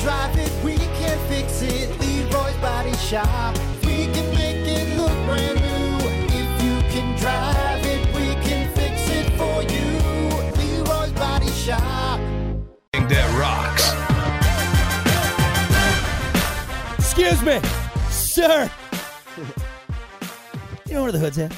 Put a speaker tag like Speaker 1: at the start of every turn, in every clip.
Speaker 1: drive it, we can fix it. Leroy's Body Shop. We can make it look brand new. If you can drive it, we can fix it for you. Leroy's Body Shop.
Speaker 2: that rocks.
Speaker 3: Excuse me, sir. you know where the hood's at?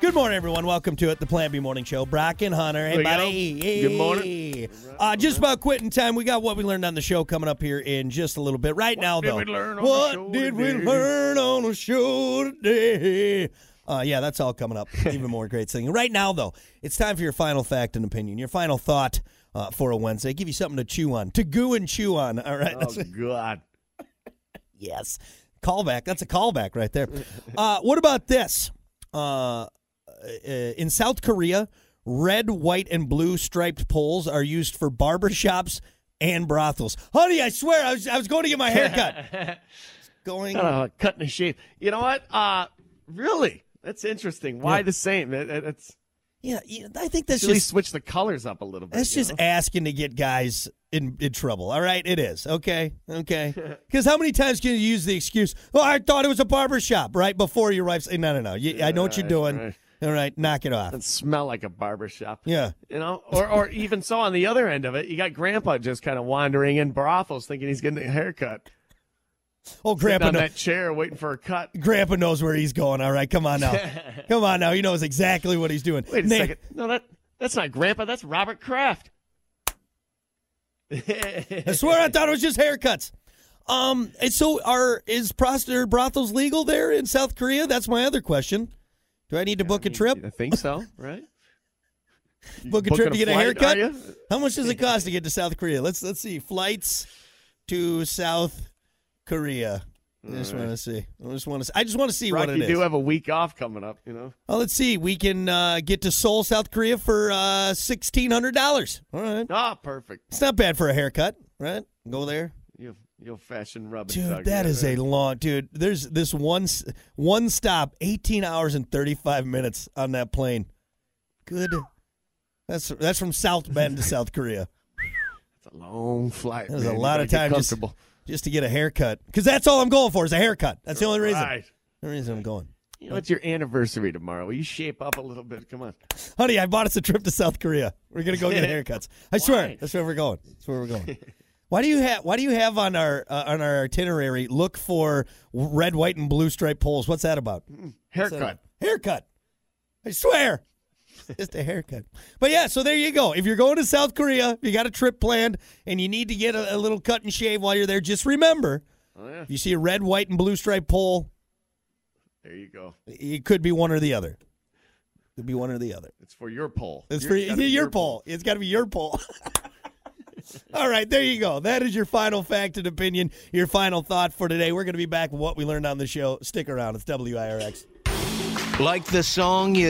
Speaker 3: Good morning, everyone. Welcome to it, the Plan B Morning Show. Brock and Hunter.
Speaker 4: There
Speaker 3: Hey,
Speaker 4: you
Speaker 3: buddy.
Speaker 4: go. Good morning.
Speaker 3: Hey. Uh, just about quitting time. We got what we learned on the show coming up here in just a little bit. Right now,
Speaker 4: did
Speaker 3: though,
Speaker 4: we learn on the
Speaker 3: what
Speaker 4: show
Speaker 3: did we
Speaker 4: today?
Speaker 3: learn on the show today? Uh, yeah, that's all coming up. Even more great singing. Right now, though, it's time for your final fact and opinion. Your final thought uh, for a Wednesday. Give you something to chew on, to goo and chew on. All right.
Speaker 4: Oh God.
Speaker 3: Yes. Callback. That's a callback right there. Uh, what about this? Uh, uh, in South Korea, red, white, and blue striped poles are used for barbershops and brothels. Honey, I swear, I was, I was going to get my hair cut. going.
Speaker 4: Uh, cutting a shape. You know what? Uh really? That's interesting. Why the same? That, that- that's
Speaker 3: Yeah, yeah, I think that's
Speaker 4: should really
Speaker 3: just.
Speaker 4: switch the colors up a little bit.
Speaker 3: That's
Speaker 4: you
Speaker 3: just
Speaker 4: know?
Speaker 3: asking to get guys in, in trouble. All right, it is. Okay, okay. Because how many times can you use the excuse, oh, I thought it was a barber shop right before your wife's, no, no, no. You, I know what you're
Speaker 4: Right,
Speaker 3: doing.
Speaker 4: right.
Speaker 3: All right, knock it off.
Speaker 4: and smell like a barbershop.
Speaker 3: Yeah.
Speaker 4: You know, or or even so on the other end of it, you got grandpa just kind of wandering in brothels thinking he's getting a haircut.
Speaker 3: Oh,
Speaker 4: Sitting
Speaker 3: Grandpa,
Speaker 4: on
Speaker 3: kno-
Speaker 4: that chair waiting for a cut.
Speaker 3: Grandpa knows where he's going. All right, come on now, come on now. He knows exactly what he's doing.
Speaker 4: Wait a
Speaker 3: Nate-
Speaker 4: second. No, that that's not grandpa, that's Robert Kraft.
Speaker 3: I swear, I thought it was just haircuts. Um, and so are is prostitute brothels legal there in South Korea? That's my other question. Do I need to book a
Speaker 4: I
Speaker 3: trip?
Speaker 4: think so, right?
Speaker 3: Book a
Speaker 4: booking
Speaker 3: trip
Speaker 4: a
Speaker 3: to get a
Speaker 4: flight,
Speaker 3: haircut?
Speaker 4: are you?
Speaker 3: How much does it cost to get to South Korea? Let's let's see. Flights to South Korea. I just want to see. I just want to. I just want to see
Speaker 4: Rock,
Speaker 3: what it
Speaker 4: you
Speaker 3: is.
Speaker 4: do have a week off coming up, you know.
Speaker 3: well, let's see. We can uh, get to Seoul, South Korea for uh, sixteen hundred dollars. All right.
Speaker 4: Ah, perfect.
Speaker 3: It's not bad for a haircut, right? Go there,
Speaker 4: You you fashion rub. and tug,
Speaker 3: dude. That
Speaker 4: yeah,
Speaker 3: is a long, dude. There's this one s- one stop, eighteen hours and thirty five minutes on that plane. Good. That's that's from South Bend to South Korea.
Speaker 4: It's a long flight.
Speaker 3: That was a
Speaker 4: man. You
Speaker 3: lot
Speaker 4: gotta
Speaker 3: of
Speaker 4: get
Speaker 3: time just,
Speaker 4: Comfortable.
Speaker 3: just to get a haircut, because that's all I'm going for is a haircut. That's the only reason.
Speaker 4: Right.
Speaker 3: The reason I'm going.
Speaker 4: You know, it's your anniversary tomorrow. Will you shape up a little bit? Come on.
Speaker 3: Honey, I bought us a trip to South Korea. We're gonna go get haircuts. I swear,
Speaker 4: Why?
Speaker 3: that's where we're going. That's where we're going. Why do you have Why do you have on our uh, on our itinerary? Look for red, white, and blue striped poles. What's that about?
Speaker 4: Haircut.
Speaker 3: Haircut. I swear. Just a haircut. But yeah, so there you go. If you're going to South Korea, if you got a trip planned, and you need to get a, a little cut and shave while you're there, just remember
Speaker 4: Oh, yeah.
Speaker 3: if you see a red, white, and blue striped pole,
Speaker 4: There you go.
Speaker 3: it could be one or the other. It could be one or the other.
Speaker 4: It's for your poll.
Speaker 3: It's
Speaker 4: Your-
Speaker 3: for
Speaker 4: gotta
Speaker 3: it's
Speaker 4: be
Speaker 3: your poll. It's got to be your poll. All right, there you go. That is your final fact and opinion, your final thought for today. We're going to be back with what we learned on the show. Stick around. It's WIRX.
Speaker 2: Like the song you